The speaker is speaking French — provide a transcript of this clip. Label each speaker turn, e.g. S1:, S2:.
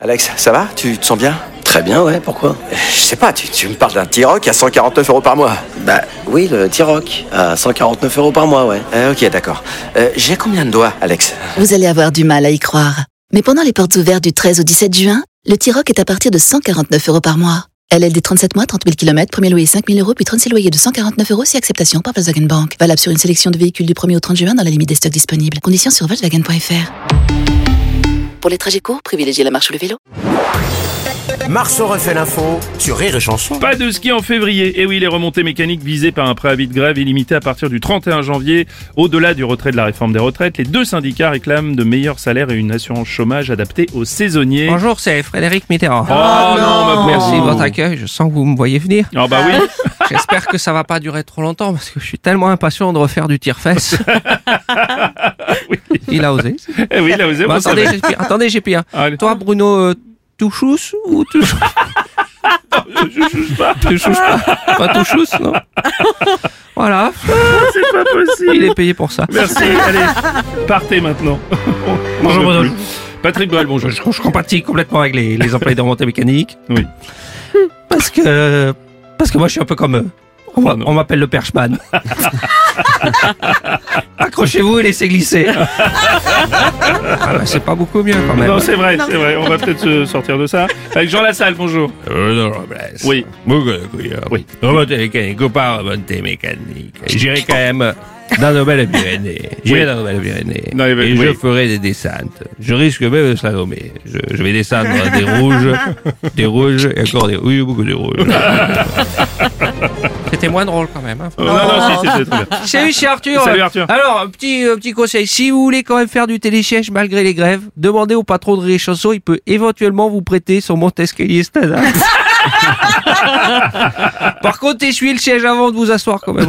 S1: Alex, ça va Tu te sens bien
S2: Très bien, ouais, pourquoi
S1: Je sais pas, tu, tu me parles d'un T-Rock à 149 euros par mois.
S2: Bah oui, le T-Rock, à 149 euros par mois, ouais.
S1: Euh, ok, d'accord. Euh, J'ai combien de doigts, Alex
S3: Vous allez avoir du mal à y croire. Mais pendant les portes ouvertes du 13 au 17 juin, le T-Rock est à partir de 149 euros par mois. LLD 37 mois, 30 000 km, premier loyer 5 000 euros, puis 36 loyers de 149 euros si acceptation par Volkswagen Bank. Valable sur une sélection de véhicules du 1er au 30 juin dans la limite des stocks disponibles. Conditions sur Volkswagen.fr. Pour les trajets courts, privilégiez la marche ou le vélo.
S4: Marceau refait l'info sur Rire et Chanson.
S5: Pas de ski en février. Et oui, les remontées mécaniques visées par un préavis de grève illimité à partir du 31 janvier. Au-delà du retrait de la réforme des retraites, les deux syndicats réclament de meilleurs salaires et une assurance chômage adaptée aux saisonniers.
S6: Bonjour, c'est Frédéric Mitterrand.
S5: Oh non, ma pauvre.
S6: Merci de votre accueil, je sens que vous me voyez venir.
S5: Ah bah oui.
S6: J'espère que ça va pas durer trop longtemps parce que je suis tellement impatient de refaire du tir-fesse. Il a osé.
S5: Eh oui, là vous êtes
S6: Bon,
S5: bon, c'est
S6: attendez,
S5: vrai.
S6: j'ai pire. Attendez, j'ai pire.
S5: Allez.
S6: Toi, Bruno, euh, Touchous ou Touchous
S5: Je juge pas.
S6: Touchous pas. Pas Touchous, non Voilà,
S5: Ah, C'est pas
S6: il
S5: possible.
S6: est payé pour ça.
S5: Merci. Allez, partez maintenant.
S6: Bonjour,
S5: On en peut
S6: Rodolphe.
S5: plus. Patrick Boel, bonjour.
S6: Je, je compatis complètement avec les, les employés de remontée mécanique.
S5: Oui.
S6: Parce que, parce que moi, je suis un peu comme eux. On
S5: Ah
S6: m'a- on m'appelle le perchman. Accrochez-vous et laissez glisser. Ah bah, c'est pas beaucoup mieux quand même.
S5: Non, c'est vrai, c'est vrai. On va peut-être se sortir de ça. Avec Jean Lassalle, bonjour.
S7: Bruno Robles.
S5: Oui.
S7: Beaucoup de couillons.
S5: Oui.
S7: Remontée mécanique, on parle de remontée mécanique. J'irai quand même dans nos belles Pyrénées. J'irai
S5: Oui.
S7: dans nos belles Pyrénées.
S5: Dans les belles-
S7: et
S5: oui.
S7: je ferai des descentes. Je risque même de slalomer. Je, je vais descendre des rouges, des rouges et encore des... Oui, beaucoup de rouges.
S6: C'était moins drôle quand même. hein.
S5: Oh, Non, non, si, si, c'est très bien.
S6: Salut, c'est Arthur.
S5: Salut, Arthur.
S6: Alors, un petit, un petit conseil. Si vous voulez quand même faire du télésiège malgré les grèves, demandez au patron de Rire et Chanson. Il peut éventuellement vous prêter son Montesquieu Stade. Par contre, essuyez le siège avant de vous asseoir quand même.